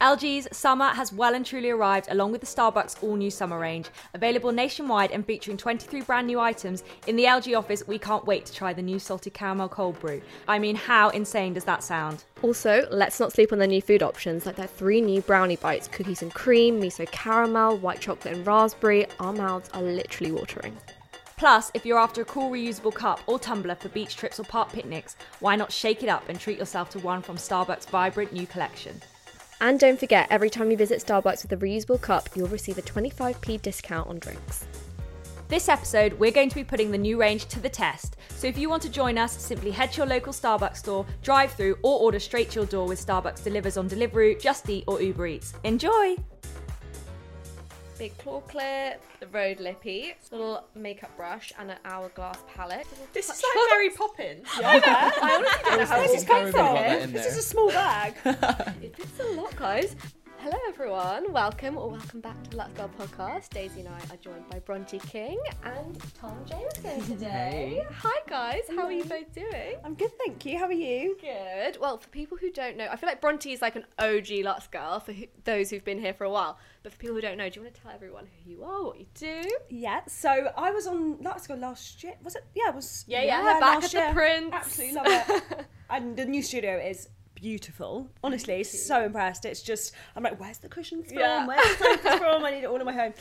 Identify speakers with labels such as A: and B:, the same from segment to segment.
A: LG's summer has well and truly arrived, along with the Starbucks all new summer range. Available nationwide and featuring 23 brand new items, in the LG office, we can't wait to try the new salted caramel cold brew. I mean, how insane does that sound?
B: Also, let's not sleep on their new food options like their three new brownie bites cookies and cream, miso caramel, white chocolate and raspberry. Our mouths are literally watering.
A: Plus, if you're after a cool reusable cup or tumbler for beach trips or park picnics, why not shake it up and treat yourself to one from Starbucks' vibrant new collection?
B: And don't forget, every time you visit Starbucks with a reusable cup, you'll receive a 25p discount on drinks.
A: This episode, we're going to be putting the new range to the test. So if you want to join us, simply head to your local Starbucks store, drive through, or order straight to your door with Starbucks Delivers on Deliveroo, Just Eat, or Uber Eats. Enjoy!
B: Big claw clip, the road lippy, little makeup brush, and an hourglass palette.
C: This is like Mary Poppins. I honestly don't know how
D: Where's this
C: this has
D: come
C: come
D: from? Like that in
C: from. This
D: there.
C: is a small bag.
B: It's a lot, guys. Hello, everyone. Welcome or welcome back to the Let's Girl podcast. Daisy and I are joined by Bronte King and Tom Jameson today. Hi, guys. How are you both doing?
C: I'm good, thank you. How are you?
B: Good. Well, for people who don't know, I feel like Bronte is like an OG Lutz girl for who, those who've been here for a while. But for people who don't know, do you want to tell everyone who you are, what you do?
C: Yeah, so I was on Let's Go last year. Was it? Yeah, it was.
B: back at
C: last year.
B: the Prince.
C: Absolutely love it. and the new studio is beautiful. Honestly, so impressed. It's just I'm like, where's the cushions from?
B: Yeah.
C: Where's the sofas from? I need it all in my home.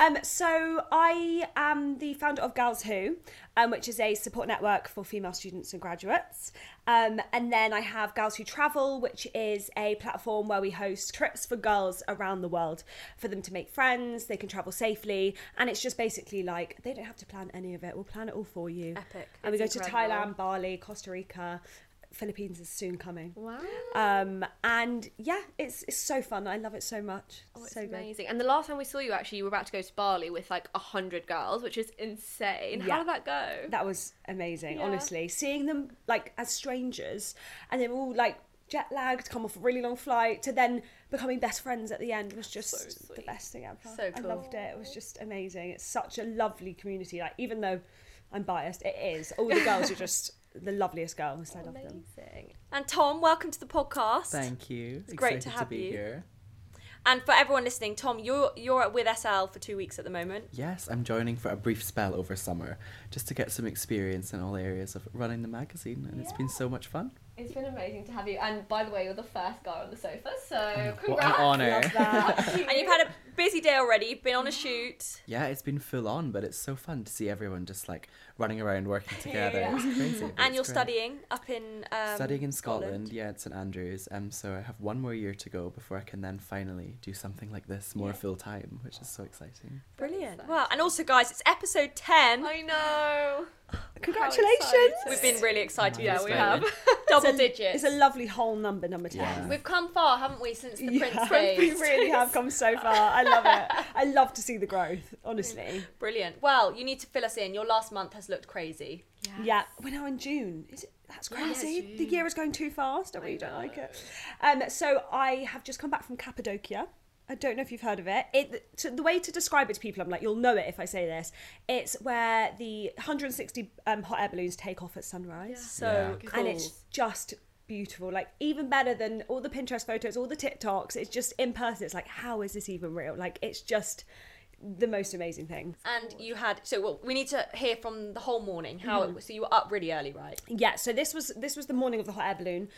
C: Um, so I am the founder of Gals Who, um, which is a support network for female students and graduates. Um, and then I have Girls Who Travel, which is a platform where we host trips for girls around the world for them to make friends. They can travel safely, and it's just basically like they don't have to plan any of it. We'll plan it all for you.
B: Epic.
C: And we go
B: It's
C: to
B: incredible.
C: Thailand, Bali, Costa Rica, Philippines is soon coming.
B: Wow.
C: Um, and yeah, it's it's so fun. I love it so much.
B: Oh, it's
C: so good.
B: amazing. And the last time we saw you, actually, you were about to go to Bali with like a hundred girls, which is insane.
C: Yeah.
B: How did that go?
C: That was amazing,
B: Yeah.
C: honestly. Seeing them like as strangers, and they're all like jet lagged, come off a really long flight, to then becoming best friends at the end was just the
B: sweet.
C: best thing ever.
B: So
C: I loved it. It was just amazing. It's such a lovely community. Like even though I'm biased, it is. All the girls are just the loveliest girls. I love them.
B: amazing.
A: And Tom, welcome to the podcast.
D: Thank you. It's
A: great to have
D: be
A: you.
D: here.
A: And for everyone listening, Tom, you're you're with SL for two weeks at the moment.
D: Yes, I'm joining for a brief spell over summer just to get some experience in all areas of running the magazine, and it's been so much fun.
B: It's been amazing to have you. And by the way, you're the first guy on the sofa, so
D: Oh, What an
B: congrats.
D: honour.
A: And you've had a busy day already. You've been on a shoot.
D: Yeah, it's been full on, but it's so fun to see everyone just like running around working together. It's crazy. but
A: And
D: it's
A: you're
D: great.
A: studying up in um,
D: Studying in Scotland, yeah, at St Andrews. Um, so I have one more year to go before I can then finally do something like this more full time, which is so exciting.
A: Brilliant. Wow. And also, guys, it's episode 10.
C: Oh,
B: I know.
C: Congratulations.
A: We've been really excited.
D: Yeah,
A: this
D: we
A: moment.
B: have.
A: Double
C: It's
A: digits.
C: a lovely whole number, number 10.
D: Yeah.
B: We've come far, haven't we, since the
C: Yeah.
B: Prince days?
C: we really have come so far. I love it. I love to see the growth, honestly.
A: Brilliant. Well, you need to fill us in. Your last month has looked crazy.
C: Yeah, we're now in June. Is it? That's
B: it's
C: crazy. the year is going too fast. I really don't like it. Um, so I have just come back from Cappadocia. I don't know if you've heard of it. It to, the way to describe it to people, I'm like, you'll know it if I say this. It's where the 160 um, hot air balloons take off at sunrise.
A: So
D: Yeah.
A: cool.
C: and it's just beautiful like even better than all the pinterest photos all the tiktoks it's just in person it's like how is this even real like it's just the most amazing thing
A: And you had so well, we need to hear from the whole morning how it was. So you were up really early, right?
C: yeah so this was this was the morning of the hot air balloon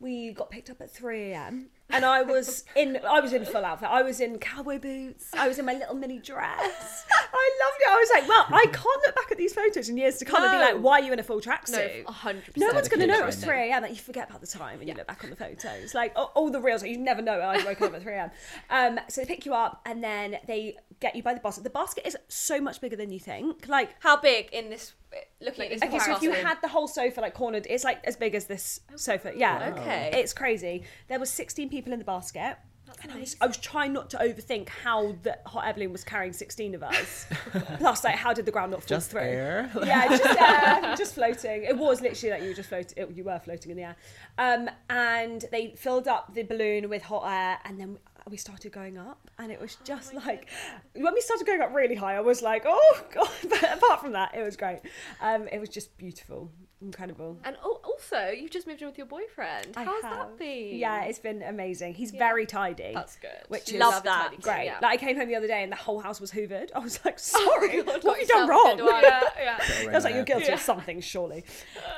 C: we got picked up at 3 a.m and i was in i was in full outfit i was in cowboy boots i was in my little mini dress i loved it i was like well i can't look back at these photos in years to come and be
B: No.
C: like why are you in a full
B: No,
C: tracksuit
B: 100%.
C: No one's going to know it was
D: Dedication.
C: 3 a.m. Like, you forget about the time when you look back on the photos. Like, all, all the reels, like, you never know. I woke up at 3 a.m. Um, so they pick you up and then they get you by the basket. The basket is so much bigger than you think. Like,
A: How big in this? eh, Looking at this.
C: okay, so if you
A: comparison.
C: had the whole sofa, like, cornered, it's like as big as this sofa. Yeah.
A: Okay.
C: It's crazy. There was 16 people in the basket. And I was, I was trying not to overthink how the hot air balloon was carrying 16 of us. Plus, like, how did the ground not fall
D: Just
C: through?
D: air.
C: yeah, just air, just floating. It was literally like you were just floating. It, you were floating in the air. Um, and they filled up the balloon with hot air, and then we started going up, and it was just like when we started going up really high, I was like, oh god. But apart from that, it was great. Um, it was just beautiful. incredible.
B: And oh, also, you've just moved in with your boyfriend.
C: I
B: How's
C: have.
B: that been?
C: Yeah, it's been amazing. He's very tidy.
B: that's good.
C: Which is
A: Love that.
B: tidy,
C: Great.
B: yeah.
C: Like I came home the other day and the whole house was hoovered. I was like,
B: Oh
C: sorry,
B: God,
C: what have you done
B: yourself
C: wrong?
B: a good one. Yeah, yeah.
C: I was like, you're guilty
B: Yeah.
C: of something, surely.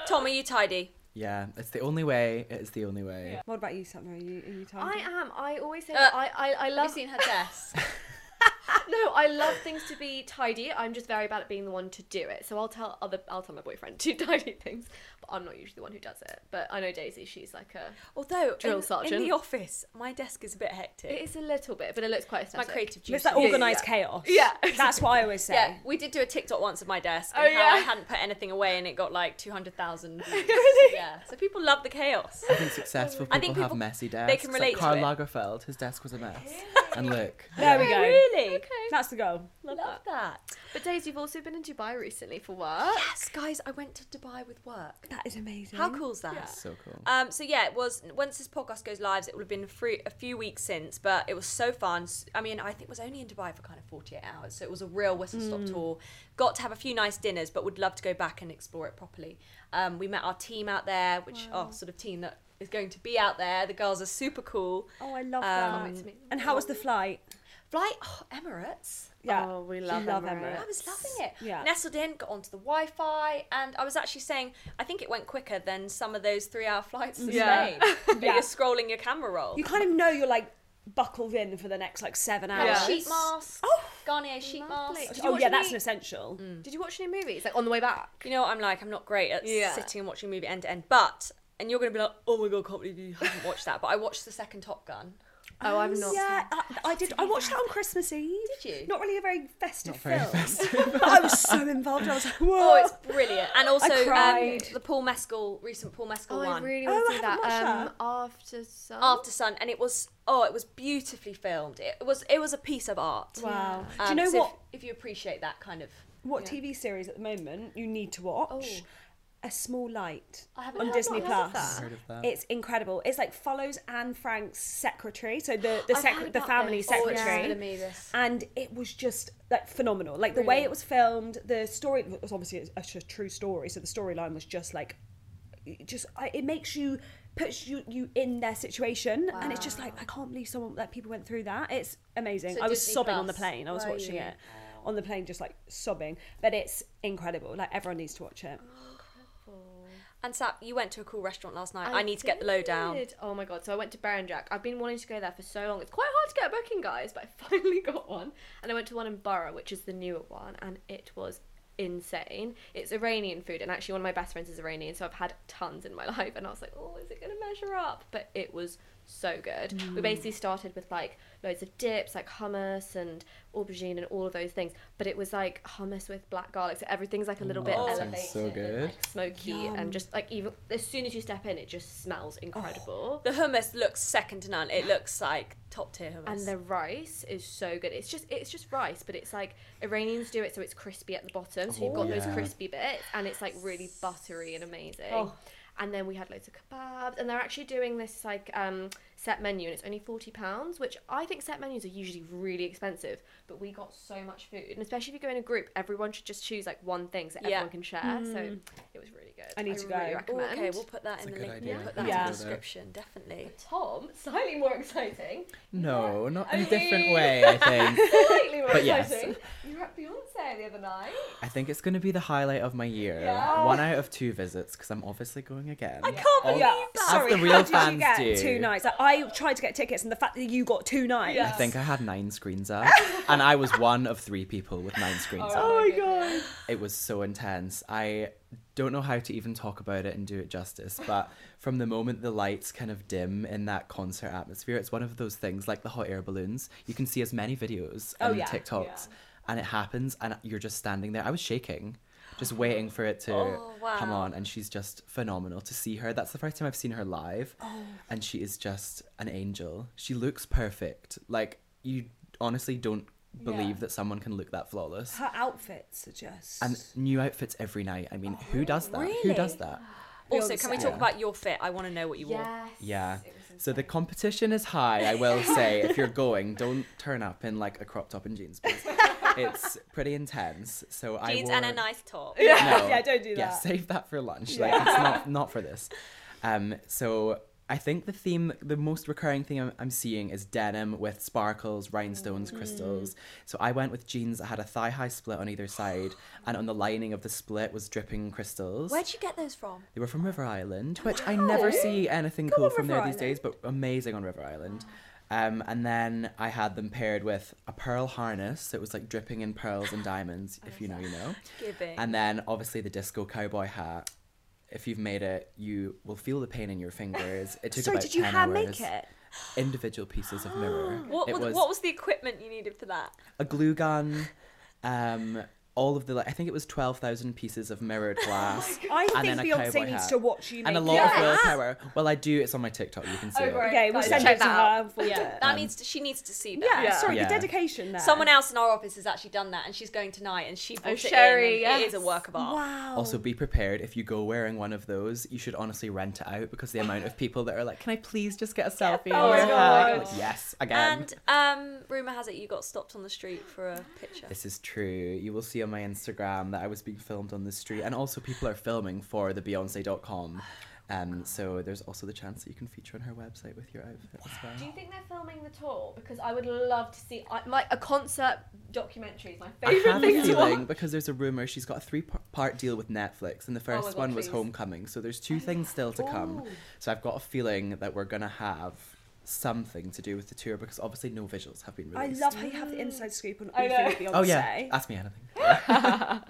A: Tom, are you tidy?
D: Yeah, it's the only way. It is the only way.
C: What about you, Sumner? Are you, are you tired?
B: I am. I always say
A: Uh,
B: that I, I, I
E: Have
B: love.
E: you seen her desk?
B: No, I love things to be tidy. I'm just very bad at being the one to do it. So I'll tell other I'll tell my boyfriend to tidy things, but I'm not usually the one who does it. But I know Daisy, she's like a
A: Although
B: Drill
A: in,
B: sergeant.
A: in the office, my desk is a bit hectic.
B: it is a little bit, but it looks quite
A: my
B: aesthetic.
A: creative juice.
C: it's like
B: Yeah, yeah,
C: organised
B: yeah.
C: chaos.
B: Yeah.
C: That's what I always say.
A: Yeah, we did do a TikTok once of my desk and
B: Oh,
A: how I
B: yeah.
A: hadn't put anything away and it got like 200,000 views. Yeah, so people love the chaos.
D: I think successful people,
A: I think people-
D: have messy desks.
A: they can relate
D: Like
A: to
D: Karl
A: it.
D: Lagerfeld, his desk was a mess. and look,
C: There we go.
A: Oh, Really?
B: Okay.
C: That's the goal.
A: Love,
B: that.
A: that.
B: But Daisy, you've also been in Dubai recently for work.
A: Yes, guys, I went to Dubai with work.
C: That is amazing.
A: How cool's that?
B: Yeah.
D: so cool.
A: Um, so yeah, it was once this podcast goes live, it will have been free, a few weeks since, but it was so fun. S- I mean, I think it was only in Dubai for kind of 48 hours, so it was a real whistle stop tour. Got to have a few nice dinners, but would love to go back and explore it properly. Um, we met our team out there, which our sort of team that is going to be out there. The girls are super cool.
C: Oh, I love
A: Um,
C: that. And how was the flight?
A: Flight oh, Emirates.
C: Yeah.
B: Oh, we love
C: love
B: Emirates.
A: I was loving it.
C: Yeah.
A: Nestled in, got onto the Wi Fi, and I was actually saying, I think it went quicker than some of those three hour flights to
B: Yeah.
A: Spain. where
C: Yeah.
A: You're scrolling your camera roll.
C: You kind of know you're like buckled in for the next like seven hours.
B: Yeah.
A: Sheet mask.
C: Oh.
A: Garnier sheet
B: Lovely.
A: mask.
B: Did you
C: Oh
B: watch Mm.
C: yeah, that's an
B: any-
C: essential.
B: Did you watch any movies like on the way back?
A: You know what I'm like? I'm not great at
B: Yeah.
A: sitting and watching a movie end to end. But, and you're going to be like, oh my God, can't believe you haven't watched that. But I watched the second Top Gun.
B: Oh, I've not.
C: Yeah, I, I did. I watched that on Christmas Eve.
A: Did you?
C: Not really a very festive
D: Not very
C: film. but I was so involved. I was like, whoa.
A: Oh, it's brilliant. And also um,
C: cried.
A: the Paul Mescal, recent Paul Mescal
B: Oh,
A: one.
B: I really
C: Oh,
B: want
C: I
B: to see that.
C: haven't
B: Um,
C: watched
B: after sun.
A: After Sun, and it was oh, it was beautifully filmed. It was it was a piece of art.
C: wow.
A: Um,
C: Do you know
A: so if-
C: what?
A: If, you appreciate that kind of,
C: What TV series at the moment you need to watch?
B: Oh.
C: A Small Light
A: I haven't
C: on
A: heard-
C: Disney
B: not heard of
C: Plus.
B: that.
D: Heard of that.
C: Ah, It's incredible. It's like follows Anne Frank's secretary, so the the,
B: I've
C: sec-
B: heard
C: the
B: about
C: family
B: this.
C: secretary.
B: Oh, it's gonna be this.
C: and it was just like phenomenal. Like the way
B: Really?
C: it was filmed, the story it was obviously a, a true story, so the storyline was just like, it just I- it makes you puts you you in their situation, and it's just like I can't believe someone that people went through that. It's amazing.
A: So
C: I was
A: Disney
C: sobbing on the
A: Plus,
C: plane. I was
A: were
C: watching
A: you?
C: it on the plane, just like sobbing. But it's incredible. Like everyone needs to watch it.
A: and Sap, you went to a cool restaurant last night. I, need to get the lowdown.
B: did. Oh my god! So I went to Bear and Jack. I've been wanting to go there for so long. It's quite hard to get a booking, guys, but I finally got one. And I went to one in Borough, which is the newer one, and it was insane. It's Iranian food, and actually one of my best friends is Iranian, so I've had tons in my life. And I was like, oh, is it gonna measure up? But it was so good.
A: Mm.
B: We basically started with like loads of dips, like hummus and aubergine and all of those things. But it was like hummus with black garlic, so everything's like a little bit
D: Oh, that
B: elevated,
D: sounds so
B: and,
D: good.
B: like, smoky, and just like even as soon as you step in, it just smells incredible.
A: The hummus looks second to none. It looks like top tier hummus.
B: and the rice is so good. It's just it's just rice, but it's like Iranians do it so it's crispy at the bottom. So you've got
D: Yeah.
B: those crispy bits and it's like really buttery and amazing. And then we had loads of kebabs and they're actually doing this like um set menu and it's only 40 pounds, which I think set menus are usually really expensive, but we got so much food. And especially if you go in a group, everyone should just choose like one thing so
A: Yeah.
B: everyone can share. So it was really good.
C: I need to go.
B: really
C: Ooh,
A: Ooh,
B: recommend.
A: okay, we'll put that
D: That's
A: in
D: a
A: the
D: good
A: link.
D: idea.
A: Put that
C: Yeah.
A: in the description, definitely.
B: Tom, slightly more exciting.
D: No, not
B: I
D: in a different
B: mean-
D: way, I think.
B: Slightly more
D: But yes.
B: exciting. You were at Beyonce the other night.
D: I think it's going to be the highlight of my year.
B: Yeah.
D: One out of two visits, because I'm obviously going again. I
A: can't believe that.
C: Oh, Sorry,
D: the real
C: how did you
D: fans
C: get
D: do.
C: two nights? Like, I tried to get tickets, and the fact that you got two nights.
D: I think I had nine screens up, and I was one of three people with nine screens up.
C: Oh my god.
D: It was so intense. I don't know how to even talk about it and do it justice, but from the moment the lights kind of dim in that concert atmosphere, it's one of those things like the hot air balloons. You can see as many videos
C: Oh,
D: and
C: yeah,
D: TikToks, and it happens, and you're just standing there. I was shaking. Just waiting for it to
A: Oh,
D: come
A: wow.
D: on, and she's just phenomenal to see her. That's the first time I've seen her live,
C: Oh.
D: and she is just an angel. She looks perfect. Like you honestly don't believe that someone can look that flawless
C: Her outfits are just.
D: and new outfits every night. I mean, who does that? Who does that?
A: Also, can we talk
D: Yeah.
A: about your fit? I want to know what you wore.
D: Yeah. So the competition is high, I will say. if you're going, don't turn up in like a crop top and jeans. please. it's pretty intense. So I
A: Jeans
D: wore...
A: and a nice top.
D: No.
C: yeah, don't do that.
D: Yeah, save that for lunch. Like it's not not for this. Um, so I think the theme, the most recurring theme I'm, I'm seeing is denim with sparkles, rhinestones,
C: Mm.
D: crystals. So I went with jeans that had a thigh high split on either side, and on the lining of the split was dripping crystals.
A: Where'd you get those from?
D: They were from River Island, which I never see anything cool
C: on,
D: from there
C: River
D: these days, but amazing on River Island. Um, and then I had them paired with a pearl harness. So it was like dripping in pearls and diamonds, if you know, you know.
A: Giving.
D: And then obviously the disco cowboy hat. If you've made it, you will feel the pain in your fingers. It took
C: Sorry,
D: about
C: did you
D: 10
C: hand
D: hours.
C: make it?
D: Individual pieces of mirror.
A: what,
D: it
A: was, what was the equipment you needed for that?
D: a glue gun, um, all of the like, I think it was twelve thousand pieces of
C: Oh
D: mirrored glass.
C: I
D: and
C: think
D: then a
C: Beyonce
D: cowboy
C: needs
D: hat.
C: to watch you
D: and a
C: make
D: lot
C: it.
D: of willpower. Well, I do. It's on my TikTok. You can see it.
C: Okay, we'll
A: guys,
C: send
A: check
C: it to
A: that
C: her
A: out.
C: and forward
A: Yeah,
C: it.
D: Um,
A: that needs to, she needs to see that.
C: Yeah,
B: Yeah.
C: sorry,
D: Yeah.
C: the dedication there.
A: Someone else in our office has actually done that, and she's going tonight, and she brought it
B: Oh, Sherry,
A: in. and It is
B: yes.
A: a work of art.
C: Wow.
D: Also, be prepared if you go wearing one of those. You should honestly rent it out because the amount of people that are like, "Can I please just get a selfie?"
B: Oh my
D: and a hug?"
B: God.
D: Like, yes, again.
A: And um, rumor has it you got stopped on the street for a picture.
D: This is true. You will see on my Instagram that I was being filmed on the street, and also people are filming for the Beyonce.com. Um, so there's also the chance that you can feature on her website with your outfit as
B: Do
D: well.
B: you think they're filming the tour? Because I would love to see I, my a concert documentary is my favorite
D: I
B: thing
D: have a
B: to
D: feeling
B: watch.
D: because there's a rumor she's got a three-part deal with Netflix, and the
B: Oh my
D: first
B: God,
D: one was
B: please.
D: Homecoming. So there's two things still to come. So I've got a feeling that we're gonna have something to do with the tour because obviously no visuals have been
C: I
D: released.
C: love how you have the inside scoop on
B: I
C: everything with Beyonce.
D: Oh yeah, ask me anything.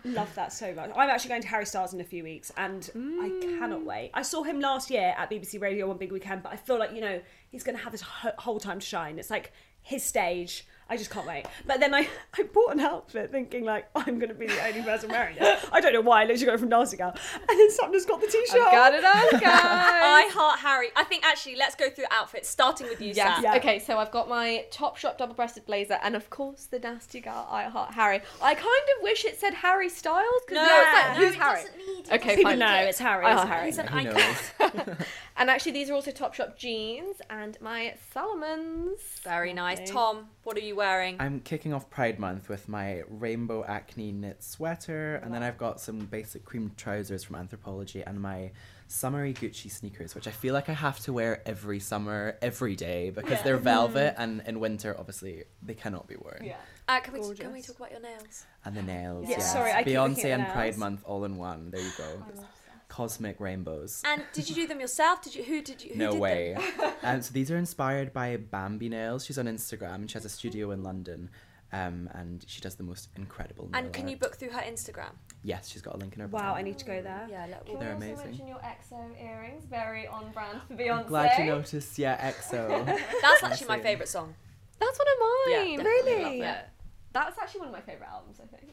C: Love that so much. I'm actually going to Harry Styles in a few weeks and I
B: Mm.
C: cannot wait. I saw him last year at BBC Radio One Big Weekend, but I feel like, you know, he's going to have his ho- whole time to shine. It's like his stage. I just can't wait. But then I, I bought an outfit thinking, like, I'm going to be the only person wearing it. I don't know why. I literally got it from Nasty Gal. And then Sumner's got the t shirt.
B: it on,
A: I heart Harry. I think actually, let's go through outfits, starting with you,
B: Yes.
A: Sam.
C: Yeah.
B: Okay, so I've got my Topshop double-breasted blazer, and of course the nasty girl I heart Harry. I kind of wish it said Harry Styles because
A: No,
B: now it's like
A: no,
B: who's
A: it
B: Harry?
A: doesn't need.
B: Okay,
A: Okay.
C: People
B: fine.
C: know it's Harry.
B: I
C: isn't
B: heart
C: it?
B: Oh, Harry.
A: He's an
D: Who
A: icon.
D: knows?
B: And actually, these are also Topshop jeans and my Salomons.
A: Very nice. Tom, what are you wearing?
D: I'm kicking off Pride Month with my rainbow acne knit sweater, and then I've got some basic cream trousers from Anthropology and my summery Gucci sneakers, which I feel like I have to wear every summer, every day, because they're velvet, and in winter, obviously, they cannot be worn.
A: Uh, can, we, can
C: Gorgeous.
A: we talk about your nails?
D: And the nails.
C: Yeah.
D: yes.
C: Sorry, I keep looking
D: Beyonce
C: at
D: and
C: the nails.
D: Pride Month all in one. There you go. Cosmic rainbows.
A: And did you do them yourself? Did you? Who did you? Who
D: no
A: did
D: way.
A: Them?
D: um, so these are inspired by Bambi Nails. She's on Instagram and she has a studio in London. Um, and she does the most incredible. nail
A: And can you
D: art.
A: book through her Instagram?
D: Yes, she's got a link in her. bio.
C: Wow, I need to go there.
A: Yeah, let
B: Can
D: They're
B: we also
D: amazing.
B: mention your EXO earrings? Very on brand for Beyonce.
D: I'm glad you noticed. Yeah, EXO.
A: That's actually my
D: Honestly.
A: favourite song.
B: That's one of mine.
A: Yeah, definitely
B: really?
A: love that.
B: That's actually one of my favourite albums, I think.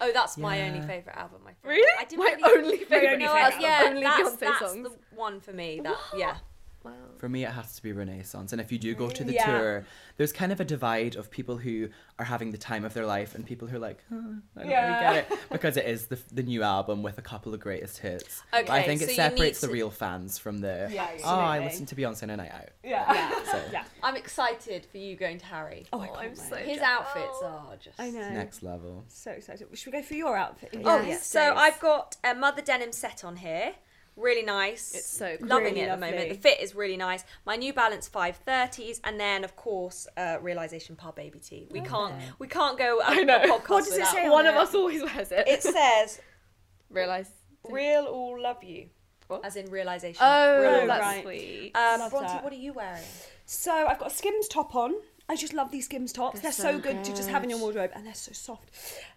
A: Oh, that's my
D: Yeah.
A: only favourite album. My favourite.
B: Really?
A: I didn't
B: My
A: really-
B: only favourite
C: only
A: No,
C: favourite
A: I-
B: album.
A: yeah,
B: Only
A: that's,
B: Beyonce
A: that's
B: songs.
A: the one for me. That yeah.
B: Wow.
D: For me, it has to be Renaissance. And if you do go to the
C: Yeah.
D: tour, there's kind of a divide of people who are having the time of their life and people who are like, huh, I don't
B: Yeah.
D: really get it. Because it is the, the new album with a couple of greatest hits. But I
A: Okay,
D: think
A: so
D: it
A: you
D: separates
A: need to-
D: the real fans from the,
B: Yeah,
D: oh, I
C: absolutely.
D: listened to Beyonce on a night out.
B: Yeah.
D: So,
C: Yeah.
A: I'm excited for you going to Harry.
C: Oh, I can't
B: I'm
C: wait.
B: so
A: His
B: jealous.
A: outfits are just.
C: I know.
D: next level.
C: So excited. Should we go for your outfit?
A: Oh,
B: Yes,
A: so I've got a mother denim set on here. Really nice.
B: It's so cool.
A: loving
C: Really
A: it at the moment.
C: lovely.
A: The fit is really nice. My New Balance 530s, and then of course uh, Realization Par Baby Tee. We can't we can't go. I
B: know.
A: Podcast
C: What does it
A: without-
C: say?
B: One of
C: on it?
B: us always wears it.
A: It says
B: Realise.
A: "Real all love you,"
B: What?
A: as in realization.
B: Oh,
A: Real all
B: that's
A: love
C: right.
B: sweet.
A: you. Um,
C: Love
A: Bronte,
C: that.
A: what are you wearing?
C: So I've got a Skims top on. I just love these Skims tops. They're,
B: They're
C: so,
B: so
C: good, to just have in your
B: good.
C: wardrobe, and they're so soft.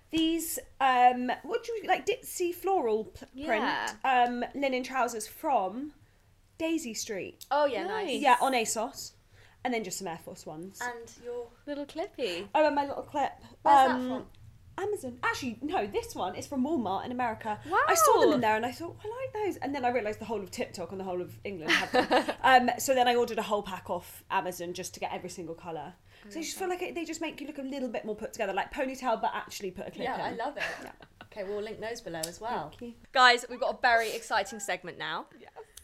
C: These, um, what do you like, ditzy floral p-
B: Yeah.
C: print um, linen trousers from Daisy Street.
A: Oh yeah,
B: Nice.
A: nice.
C: Yeah, on ASOS, and then just some Air Force ones.
A: And your
B: Little clippy.
C: oh, and my little clip.
A: Um,
C: Um,
A: where's that from?
C: Amazon. Actually, no, this one is from Walmart in America. I saw them
B: Wow.
C: in there and I thought, I like those. And then I realised the whole of TikTok and the whole of England had them. um, so then I ordered a whole pack off Amazon just to get every single colour. So I just feel like it, they just make you look a little bit more put together, like ponytail, but actually put a clip
A: Yeah,
C: in.
A: I love it. Okay, we'll link those below as well.
C: you.
A: Guys, we've got a very exciting segment now.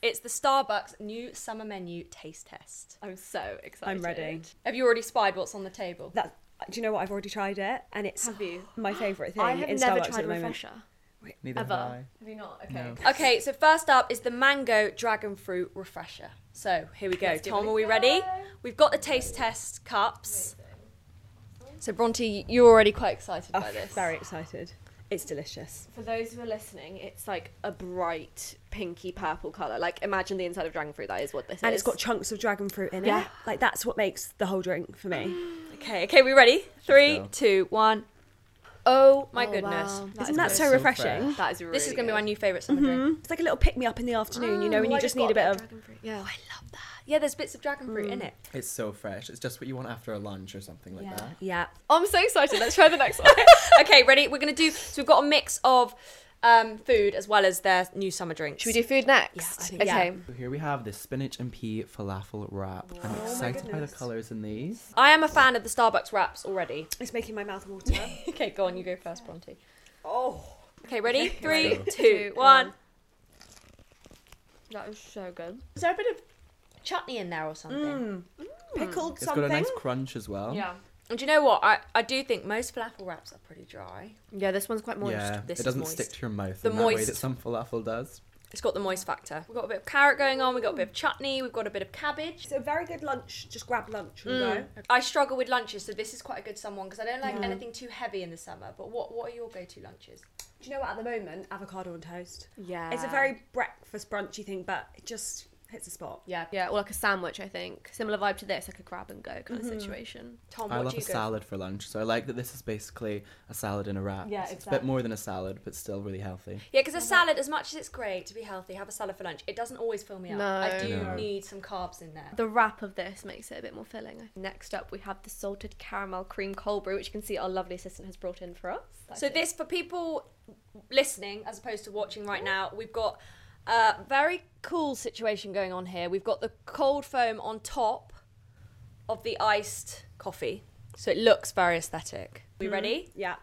A: It's the Starbucks new summer menu taste test.
B: I'm so excited.
C: I'm ready.
A: Have you already spied what's on the table?
C: That Do you know what? I've already tried it, and it's
B: Have you?
C: my favourite thing
B: I have
C: in
B: never
C: Starbucks
B: tried
C: at
B: a
C: the moment.
B: refresher.
D: Neither
B: Ever.
D: have I.
B: Have you not? Okay.
D: No.
A: Okay, so first up is the mango dragon fruit refresher. So here we go.
B: Let's give
A: Tom,
B: it a
A: are we
B: go.
A: ready? We've got the taste test cups. So Bronte, you're already quite excited
C: Oh,
A: by this.
C: very excited. It's delicious.
B: For those who are listening, it's like a bright pinky purple colour. Like imagine the inside of dragon fruit. That is what this is.
C: And it's got chunks of dragon fruit in
B: Yeah.
C: it. Like that's what makes the whole drink for me.
A: Okay, okay, we ready? Three,
D: go.
A: two, one. Oh my
B: Oh,
A: goodness.
B: wow. Mm-hmm.
C: Isn't
B: is
C: that
B: good.
C: so
D: So
C: refreshing? Hmm.
B: That is really
A: This is gonna be
B: good.
A: my new favourite summer drink.
C: It's like a little pick me up in the afternoon, you know, when
B: Oh,
C: you
B: I
C: just
B: got
C: need a
B: that
C: bit of.
B: dragon fruit. Yeah.
A: Oh,
B: Mm.
A: I love that. Yeah, there's bits of dragon fruit in it.
D: It's so fresh. It's just what you want after a lunch or something like that.
C: Yeah.
B: I'm so excited. Let's try the next one.
A: okay, ready? We're gonna do so we've got a mix of um, food as well as their new summer drinks.
B: Should we do food next?
A: think-
B: okay.
D: So here we have the spinach and pea falafel wrap. I'm excited by the colours in these.
A: I am a fan of the Starbucks wraps already.
C: It's making my mouth water.
A: okay, go on, you go first, Bronte.
C: oh.
A: Okay, ready? Three,
D: go.
A: two, one.
B: That is so good.
C: Is there a bit of
A: Chutney in there or something.
C: pickled
D: It's
C: something?
D: got a nice crunch as well.
B: Yeah.
A: And do you know what? I, I do think most falafel wraps are pretty dry.
B: Yeah, this one's quite moist.
D: Yeah,
A: This
D: it
A: is
D: doesn't
A: moist.
D: stick to your mouth
A: The
D: in that way
A: moist.
D: that some falafel does.
A: It's got the moist factor. We've got a bit of carrot going on, we've got a bit of chutney, we've got a bit of cabbage. Mm.
C: It's a very good lunch. Just grab lunch and go.
A: I struggle with lunches, so this is quite a good someone because I don't like anything too heavy in the summer. But what, what are your go to lunches?
C: Do you know what? At the moment, avocado on toast.
B: Yeah.
C: It's a very breakfast brunchy thing, but it just hits a spot.
A: Yeah.
B: yeah, or like a sandwich, I think. Similar vibe to this, like a grab and go kind of situation.
A: Tom,
D: I
A: what
D: love
A: do
D: a
A: you go?
D: salad for lunch, so I like that this is basically a salad in a wrap.
C: Yeah,
D: it's a bit
C: exactly.
D: more than a salad, but still really healthy.
A: Yeah, because a salad, as much as it's great to be healthy, have a salad for lunch. It doesn't always fill me up. I
B: No.
A: do
D: No.
A: need some carbs in there.
B: The wrap of this makes it a bit more filling. Next up, we have the salted caramel cream cold brew, which you can see our lovely assistant has brought in for us.
A: So this for people listening as opposed to watching right now, we've got a very cool situation going on here. We've got the cold foam on top of the iced coffee. So it looks very aesthetic.
C: Hmm.
A: We ready?
C: Mm. Yeah.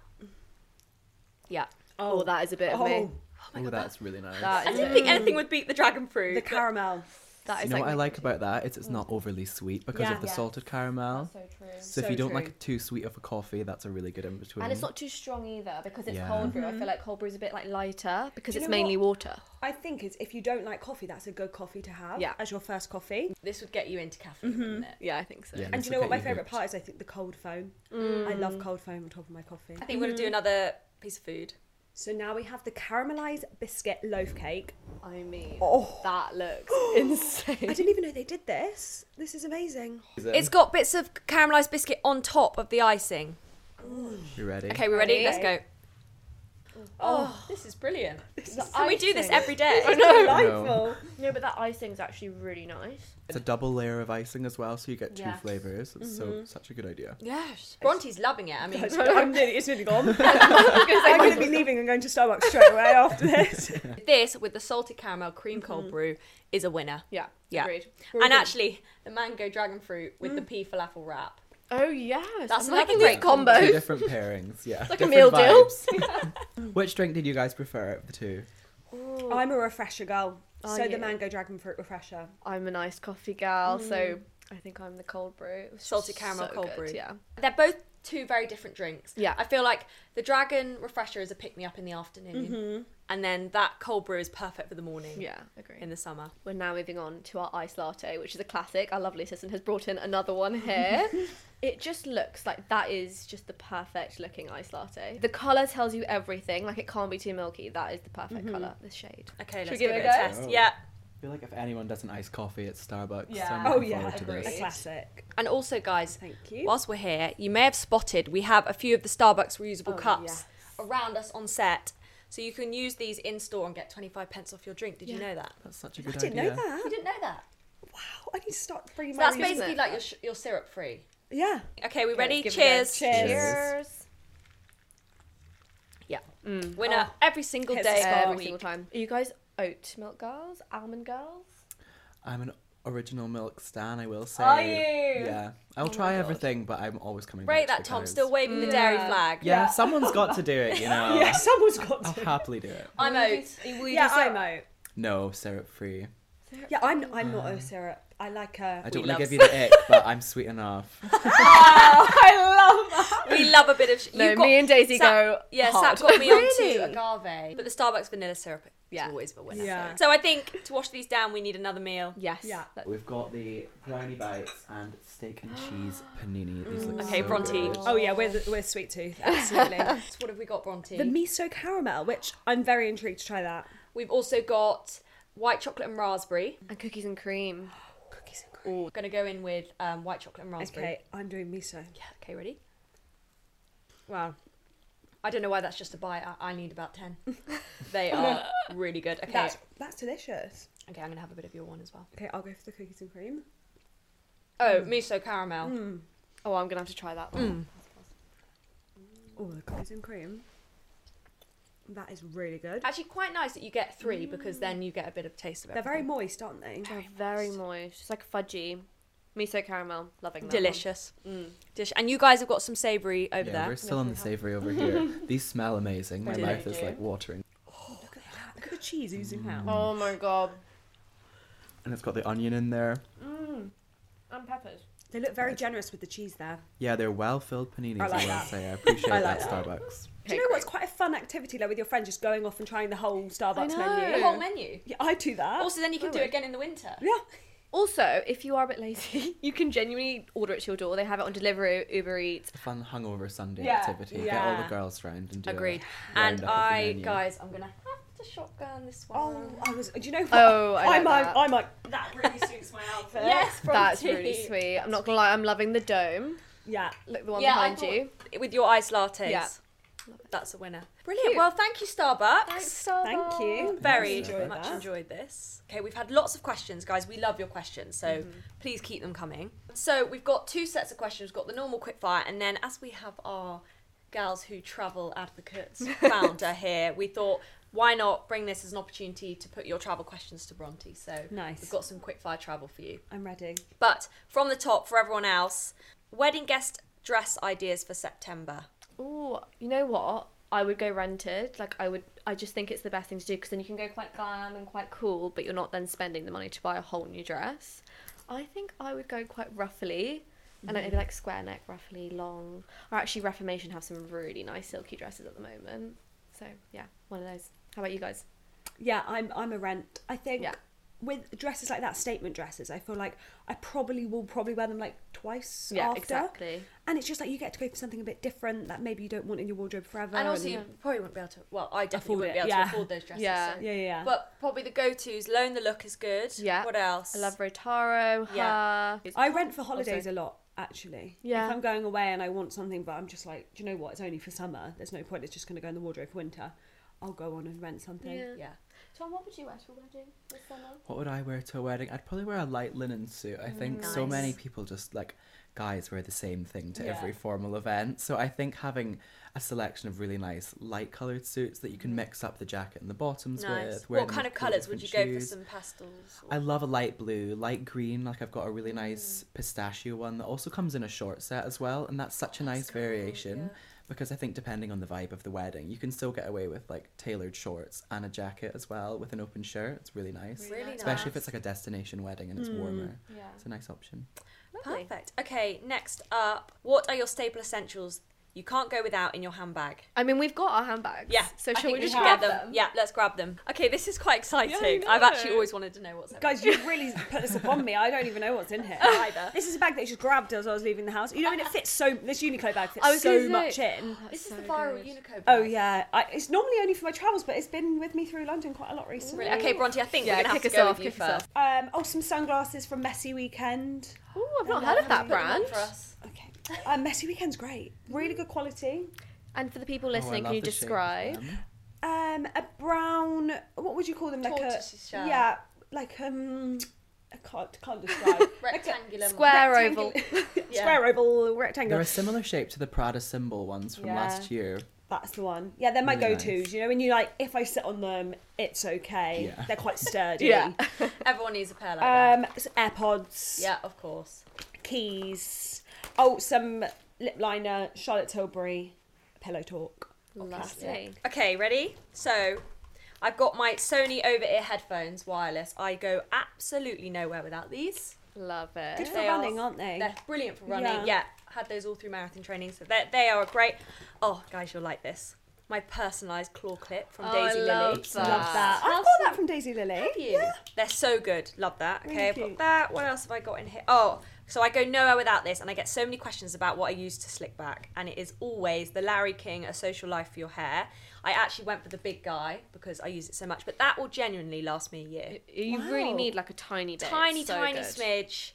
A: Yeah.
B: oh, that is a bit of me.
C: Oh,
D: Oh, that's really nice.
B: That
A: I
B: is
A: didn't
B: it.
A: think anything would beat the dragon fruit.
C: the
A: but-
C: caramel.
B: That
D: you
B: is
D: know
B: like
D: what I like about that is it's not overly sweet because
C: Yeah.
D: of the
C: Yeah.
D: salted caramel.
B: so true.
D: So,
C: So
D: if you don't
C: true.
D: like it too sweet of a coffee, that's a really good in between.
B: And it's not too strong either because it's
D: Yeah.
B: cold brew. I feel like cold brew is a bit like lighter because
C: Do you
B: it's
C: know
B: mainly
C: what?
B: water.
C: I think is if you don't like coffee, that's a good coffee to have
B: Yeah.
C: as your first coffee.
A: This would get you into caffeine, wouldn't it?
B: Yeah, I think so.
D: Yeah.
C: And
D: It's
C: do you know what my
D: okay, you
C: favourite
D: hooked.
C: part is? I think the cold foam. I love cold foam on top of my coffee.
A: I think we're gonna do another piece of food.
C: So now we have the caramelised biscuit loaf cake.
B: I mean,
C: Oh.
B: that looks insane.
C: I didn't even know they did this. This is amazing.
D: Is
A: It's got bits of caramelized biscuit on top of the icing.
D: You ready?
A: Okay, we ready?
B: Ready?
A: Let's go. Oh, this is brilliant. Can we do this
B: icing.
A: every day?
C: Delightful.
B: No, but that icing's actually really nice.
D: It's a double layer of icing as well, so you get two
B: Yes.
D: flavors. It's so such a good idea.
A: Yes. Bronte's loving it. I mean,
C: I'm nearly, it's nearly gone. I'm going to be leaving and going to Starbucks straight away after this.
A: this with the salted caramel cream cold brew is a winner.
B: Yeah,
A: Yeah.
B: agreed.
A: And actually, the mango dragon fruit with the pea falafel wrap.
B: Oh yes,
A: That's
B: I'm
A: another
B: liking
A: great
B: these combos.
D: Two different pairings, yeah.
B: like a
D: different
B: meal deal.
D: vibes. Which drink did you guys prefer out of the two?
C: I'm a refresher girl.
B: Are
C: so
B: you?
C: the mango dragon fruit refresher.
B: I'm an iced coffee gal, so I think I'm the cold brew. It was
A: Mm. Salted
B: so
A: caramel cold
B: good,
A: brew.
B: Yeah.
A: They're both two very different drinks.
B: Yeah.
A: I feel like the dragon refresher is a pick me up in the afternoon, and then that cold brew is perfect for the morning.
B: Yeah, agree.
A: In the summer.
B: We're now moving on to our iced latte, which is a classic. Our lovely assistant has brought in another one here. it just looks like that is just the perfect looking iced latte. The colour tells you everything. Like it can't be too milky. That is the perfect
A: Mm-hmm.
B: colour. The shade.
A: Okay, let's
B: Should we
A: give,
B: give
A: it
B: it
A: a
B: a
A: test.
D: go?
A: Yeah.
D: I feel like if anyone does an iced coffee, it's Starbucks.
A: Yeah.
D: So I'm
C: Oh,
D: looking
C: yeah.
D: forward to
A: Agreed.
D: this.
C: A
A: Great.
C: classic.
A: And also, guys,
C: Thank you.
A: Whilst we're here, you may have spotted we have a few of the Starbucks reusable
B: Oh,
A: cups around us on set. So you can use these in store and get 25 pence off your drink. Did you
B: Yeah.
A: know that?
D: That's such a good
C: I didn't
D: idea.
C: know that.
A: You didn't know that.
C: Wow. I need to start bringing
A: So
C: my
A: that's
C: reason-
A: basically like your, sh- your syrup free.
C: Yeah.
A: Okay, we ready?
B: let's give it a go.
A: Cheers.
C: Cheers.
B: Cheers.
A: Yeah. Winner every single
C: Hits the
A: day,
C: spot.
A: every
B: Every
A: week.
B: single time. Are you guys oat milk girls? Almond girls?
D: I'm an original milk stan, I will say.
A: Are you?
D: Yeah. I'll try everything, but I'm always coming
A: Rate
D: back
A: that,
D: to the
A: Tom.
D: colours.
A: Still waving the dairy flag.
D: Yeah, someone's got to do it, you know.
C: Yeah, someone's got
D: Uh, I'll
C: to.
D: happily do it.
A: I'm out.
C: yeah, I'm out.
D: No, syrup free.
C: Yeah, I'm, I'm not a syrup I like her.
D: Uh, I don't
A: We
D: want
A: love
D: to give you the ick, but I'm sweet enough.
A: We love a bit of. sh-
B: No,
A: you've
B: me and Daisy go
A: Yeah,
B: hard.
A: Sap got me onto
C: Really?
A: agave, but the Starbucks vanilla syrup is
B: Yeah.
A: always the winner.
C: Yeah.
A: So I think to wash these down, we need another meal.
B: Yes.
C: Yeah.
B: That-
D: We've got the brownie bites and steak and cheese panini. These look
A: Okay,
D: so
A: Bronte.
D: good.
C: Oh yeah, we're the, we're sweet tooth. Absolutely.
A: So what have we got, Bronte?
C: the miso caramel, which I'm very intrigued to try that.
A: We've also got white chocolate and raspberry.
B: And cookies and cream.
C: Cookies and
A: We're gonna go in with um, white chocolate and raspberry.
C: Okay, I'm doing miso.
A: Yeah. Okay. Ready?
C: Wow.
A: I don't know why that's just a bite. I, I need about ten. they are really good. Okay.
C: That's that's delicious.
A: Okay. I'm gonna have a bit of your one as well.
C: Okay, I'll go for the cookies and cream.
A: Oh, miso caramel.
C: Mm.
B: Oh, I'm gonna have to try that one.
C: Oh, the cookies and cream. That is really good.
A: Actually, quite nice that you get three because then you get a bit of taste of it.
C: Mm. They're very moist, aren't they?
B: They're very moist. It's like fudgy. Miso caramel. Loving that. one.
A: delicious.
C: Mm.
A: Dish. And you guys have got some savoury over
D: Yeah,
A: there.
D: we're still on the savoury over here. These smell amazing. My
A: They
D: mouth
A: do.
D: is like watering.
C: Oh, Look at that. Look at the cheese oozing out.
B: Oh my god.
D: And it's got the onion in there.
B: And peppers.
C: They look very generous with the cheese there.
D: Yeah, they're well filled paninis,
C: I
D: I,
C: like
D: will
C: that.
D: say. I appreciate
C: I like
D: that,
C: that.
D: Starbucks.
C: Do you know what? It's quite a fun activity, like with your friends, just going off and trying the whole Starbucks
B: know.
A: The
C: menu.
A: whole menu.
C: Yeah, I do that.
A: Also, then you can
B: Oh,
A: do
B: wait.
A: it again in the winter.
C: yeah.
B: Also, if you are a bit lazy, you can genuinely order it to your door. They have it on delivery, Uber Eats.
D: A fun hungover Sunday
C: Yeah,
D: activity. Get all
C: yeah.
D: the girls round and do a
A: Agreed.
D: round
A: And
D: up of the
A: I,
D: menu.
A: guys, I'm gonna have to shotgun this one.
C: Oh, I was. Do you know what?
B: Oh, I like
C: I'm,
B: that.
C: I'm like that really suits my outfit.
A: yes, from
B: That's
A: tea.
B: really sweet. I'm not gonna lie, I'm loving the dome.
C: Yeah.
B: Look, the one
A: Yeah, I
B: behind you.
A: With your iced lattes.
B: Yeah.
A: That's a winner. Brilliant.
B: Cute.
A: Well, thank you, Starbucks.
C: Thank you.
A: Very
D: Enjoyed
A: much
C: that.
A: enjoyed this. Okay, we've had lots of questions, guys. We love your questions, so
C: Mm-hmm.
A: please keep them coming. So we've got two sets of questions. We've got the normal quickfire, and then as we have our gals who travel advocates founder here, we thought why not bring this as an opportunity to put your travel questions to Bronte. So
C: Nice.
A: we've got some quickfire travel for you.
C: I'm ready.
A: But from the top for everyone else, wedding guest dress ideas for September.
B: Ooh, you know what? I would go rented. Like I would, I just think it's the best thing to do because then you can go quite glam and quite cool, but you're not then spending the money to buy a whole new dress. I think I would go quite ruffly, and
A: Mm-hmm.
B: maybe like square neck, ruffly, long. Or actually, Reformation have some really nice silky dresses at the moment. So yeah, one of those. How about you guys?
C: Yeah, I'm. I'm a rent. I think
B: Yeah.
C: with dresses like that, statement dresses, I feel like I probably will probably wear them like twice
B: Yeah,
C: after.
B: exactly.
C: And it's just like you get to go for something a bit different that maybe you don't want in your wardrobe forever.
A: And also, you probably wouldn't be able to. Well, I definitely
C: Afford
A: wouldn't
C: it,
A: be able
C: yeah.
A: to afford those dresses.
B: Yeah.
A: so-
C: yeah, yeah, yeah.
A: But probably the go-tos. Loan the look is good.
B: Yeah.
A: What else?
B: I love Rotaro.
A: Yeah.
B: Yeah. Her.
C: I rent for holidays a lot, actually.
B: Yeah.
C: If I'm going away and I want something, but I'm just like, do you know what? It's only for summer. There's no point. It's just going to go in the wardrobe for winter. I'll go on and rent something.
B: Yeah.
A: Yeah.
B: Tom, what would you wear to a wedding this summer?
D: What would I wear to a wedding? I'd probably wear a light linen suit. I think so
A: nice.
D: many people just like guys wear the same thing to
C: Yeah.
D: every formal event. So I think having a selection of really nice light coloured suits that you can mix up the jacket and the bottoms
A: Mm. Nice.
D: with. wear
A: What
D: them
A: kind
D: with
A: of
D: cool
A: colours would you
D: different
A: go for?
D: shoes.
A: Some pastels. or-
D: I love a light blue, light green. Like I've got a really nice pistachio one that also comes in a short set as well, and that's such a nice variation because I think depending on the vibe of the wedding, you can still get away with like tailored shorts and a jacket as well with an open shirt. It's really nice,
A: Really nice.
D: especially if it's like a destination wedding and it's warmer.
B: Yeah.
D: It's a nice option.
B: Lovely.
A: Perfect. Okay. Next up, what are your staple essentials you can't go without in your handbag?
B: I mean, we've got our handbags.
A: Yeah.
B: So
A: I
B: shall
A: think
B: we just
A: should
B: grab
A: get
B: them?
A: Yeah. Let's grab them. Okay. This is quite exciting.
B: I
A: I've actually
B: know.
A: always wanted to know what's.
C: Guys, you really put this upon me. I don't even know what's in here.
A: Either.
C: This is a bag that you just grabbed as I was leaving the house. You know, and it fits so. This Uniqlo bag
B: I
C: fits
B: was gonna
C: so
B: say-
C: much in.
B: That's
A: This is
B: Oh, so
A: the viral
B: good.
A: Unico.
C: Oh yeah, I, it's normally only for my travels, but it's been with me through London quite a lot recently.
A: Really? Okay, Bronte. I think
B: Yeah,
A: we're gonna have
B: kick
A: to
B: us
A: go
B: off,
A: with you
B: kick us
A: first.
C: Um, oh, some sunglasses from Messy Weekend.
B: Oh, I've not heard of that
A: Put them on
B: brand.
A: for us.
C: Okay, um, Messy Weekend's great. Really good quality.
B: And for the people
D: Oh, I
B: listening,
D: love
B: can you
D: the shape of
B: describe?
D: them.
C: um a brown what would you call them like
A: Tortoise
C: a
A: shell.
C: yeah like um I can't can't describe
A: Rectangular.
B: Square
C: Rectangular-
B: oval.
C: square oval
D: They're
C: rectangle
D: a similar shape to the Prada symbol ones from
C: Yeah.
D: last year.
C: that's the one yeah they're my
D: Really nice.
C: go-to's you know when you like if I sit on them it's okay
D: Yeah.
C: they're quite sturdy
B: Yeah.
A: Everyone needs a pair like that.
C: um s- AirPods
A: Yeah, of course.
C: keys oh some lip liner Charlotte Tilbury Pillow Talk
B: Lovely.
A: Okay, ready? So I've got my Sony over ear headphones, wireless. I go absolutely nowhere without these.
B: Love it.
C: Good for
A: They are-
C: running, aren't they?
A: They're brilliant for running. Yeah.
C: Yeah.
A: had those all through marathon training, so they they are a great. Oh, guys, you'll like this. My personalised claw clip from
B: Oh, I
A: Daisy
B: love
A: Lily.
B: that.
C: Love that.
A: How
C: I've got that from Daisy Lily.
A: Yeah. They're so good. Love that. Okay,
C: Really
A: I've got
C: cute.
A: that. What else have I got in here? Oh, so I go nowhere without this, and I get so many questions about what I use to slick back, and it is always the Larry King A Social Life for Your Hair. I actually went for the big guy because I use it so much, but that will genuinely last me a year.
B: You really
C: Wow.
B: need like a tiny bit.
A: tiny,
B: It's so
A: tiny
B: good.
A: smidge.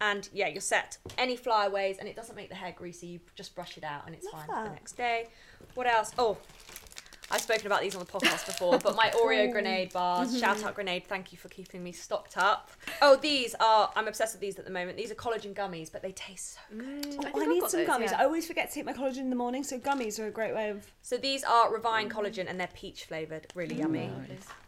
A: And yeah, you're set. Any flyaways, and it doesn't make the hair greasy. You just brush it out, and it's
C: Love
A: fine for the
C: that.
A: next day. What else? Oh, I've spoken about these on the podcast before, but my Oreo grenade bars. Shout out grenade! Thank you for keeping me stocked up. Oh, these are. I'm obsessed with these at the moment. These are collagen gummies, but they taste so
B: Mm,
C: Oh,
B: think
C: I,
B: I've
C: need
B: got
C: some
B: those,
C: gummies.
B: yeah.
C: I always forget to take my collagen in the morning, so gummies are a great way of.
A: So these are Revine collagen and they're peach flavoured. Really yummy.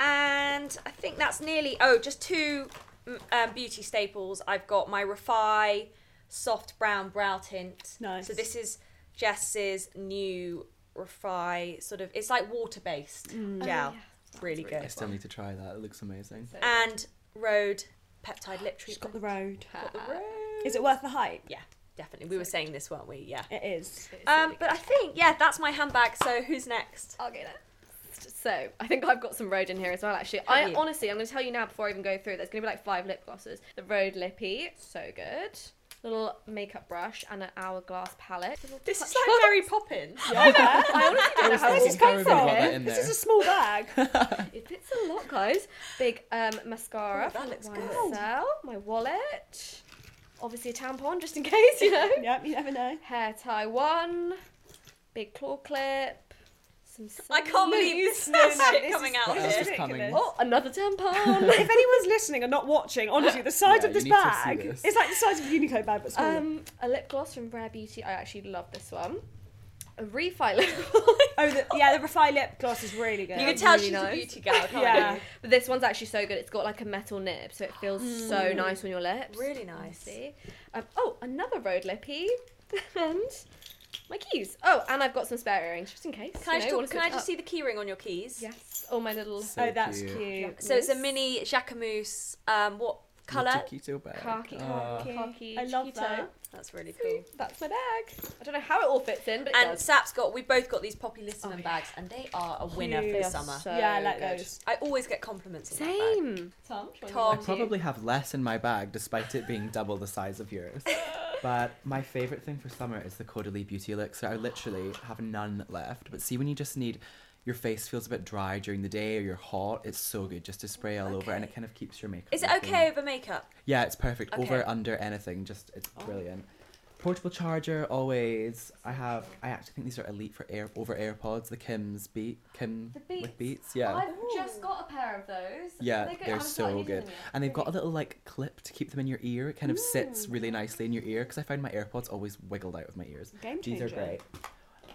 A: And I think that's nearly. Oh, just two mm, um, beauty staples. I've got my Refi soft brown brow tint.
C: Nice.
A: So this is Jess's new Refi sort of. It's like water based
C: Mm. Oh,
A: gel.
B: yeah.
A: Really
B: really
D: I
A: good.
D: still need to try that. It looks amazing.
A: And Road peptide lip
C: She's got the
A: treatment.
C: road.
A: Got the road.
C: Is it worth the hype?
A: Yeah, definitely. We were saying this, weren't we? Yeah.
C: It is.
A: Um, but I think yeah, that's my handbag. So who's
C: Oh,
A: next?
B: I'll go next. So I think I've got some road in here as well. Actually,
A: Have
B: I
A: you?
B: honestly, I'm going to tell you now before I even go through. There's going to be like five lip glosses. The road lippy, so good. Little makeup brush and an hourglass palette. Little
A: This
B: touch-
A: is like Mary Poppins.
C: Yeah.
B: I honestly don't know how
C: Where's
B: this
C: this
B: is
C: come
D: Probably got
C: from?
D: that in
C: This
D: there.
C: is a small bag.
B: It fits a lot, guys. Big um, mascara.
A: Oh, that
B: for
A: looks
B: one
A: good.
B: Cell, my wallet. Obviously a tampon, just in case, you know.
C: yep, you never know.
B: Hair tie one. Big claw clip. Some.
A: I can't
B: silver.
A: believe this,
C: no,
A: is
C: no,
A: shit
C: this
A: coming
C: is-
A: out
D: What
A: here.
D: else
C: It's
D: is coming?
C: ridiculous.
B: Oh, another tampon.
C: If anyone's listening and not watching, honestly, the size
D: Yeah,
C: of this
D: you need to see
C: bag
D: this.
C: is like the size of a Unico bag, but smaller.
B: Um, a lip gloss from Rare Beauty. I actually love this one. A refi lip gloss.
C: oh, the, yeah, the Refi lip gloss is really good.
A: You can tell
B: really
A: she's
B: nice.
A: a beauty girl, can't
C: Yeah.
A: you?
B: But this one's actually so good. It's got like a metal nib, so it feels so nice on your lips.
A: Really nice.
B: See. Um, oh, another road lippy, and my keys. Oh, and I've got some spare earrings just in case.
A: Can I
B: you know,
A: just,
B: wanna
A: can I
B: switch
A: just
B: up.
A: see the keyring on your keys?
B: Yes. Oh, my little
D: So
C: oh, that's
D: cute.
C: cute.
A: So it's a
B: Yes.
A: mini Jacquemus. Um, what colour?
D: Chiquito bag.
B: khaki,
D: Ah.
B: khaki, khaki.
C: I love
B: chiquito.
C: that.
A: That's really cool.
B: That's my bag. I don't know how it all fits in, but it
A: And
B: does.
A: Sap's got. We both got these poppy listener
B: Oh, yeah.
A: bags, and they are a winner
C: Cute.
A: for
C: They
B: are
A: summer.
B: so
C: yeah, I like
B: good.
C: those.
A: I always get compliments. On that bag.
B: Same. Tom.
D: I
A: Tom.
D: probably have less in my bag despite it being double the size of yours. But my favourite thing for summer is the Caudalie Beauty Elixir. I literally have none left. But see, when you just need your face feels a bit dry during the day or you're hot, it's so good just to spray all over and it
A: Okay.
D: kind of keeps your makeup.
A: Is it
D: looking-
A: okay over makeup?
D: Yeah, it's perfect.
A: Okay. Oh.
D: Over, under, anything. Just it's brilliant. Portable charger always. I have. I actually think these are elite for air over AirPods. The Kim's Beat Kim
B: The Beats.
D: with Beats. Yeah.
A: Oh,
B: just got a pair of those.
D: yeah, they're so good. And they've got a little like clip to keep them in your ear. It kind of sits really nicely in your ear because I find my AirPods always wiggled out of my ears.
C: Game
D: These are
C: changer.
D: great.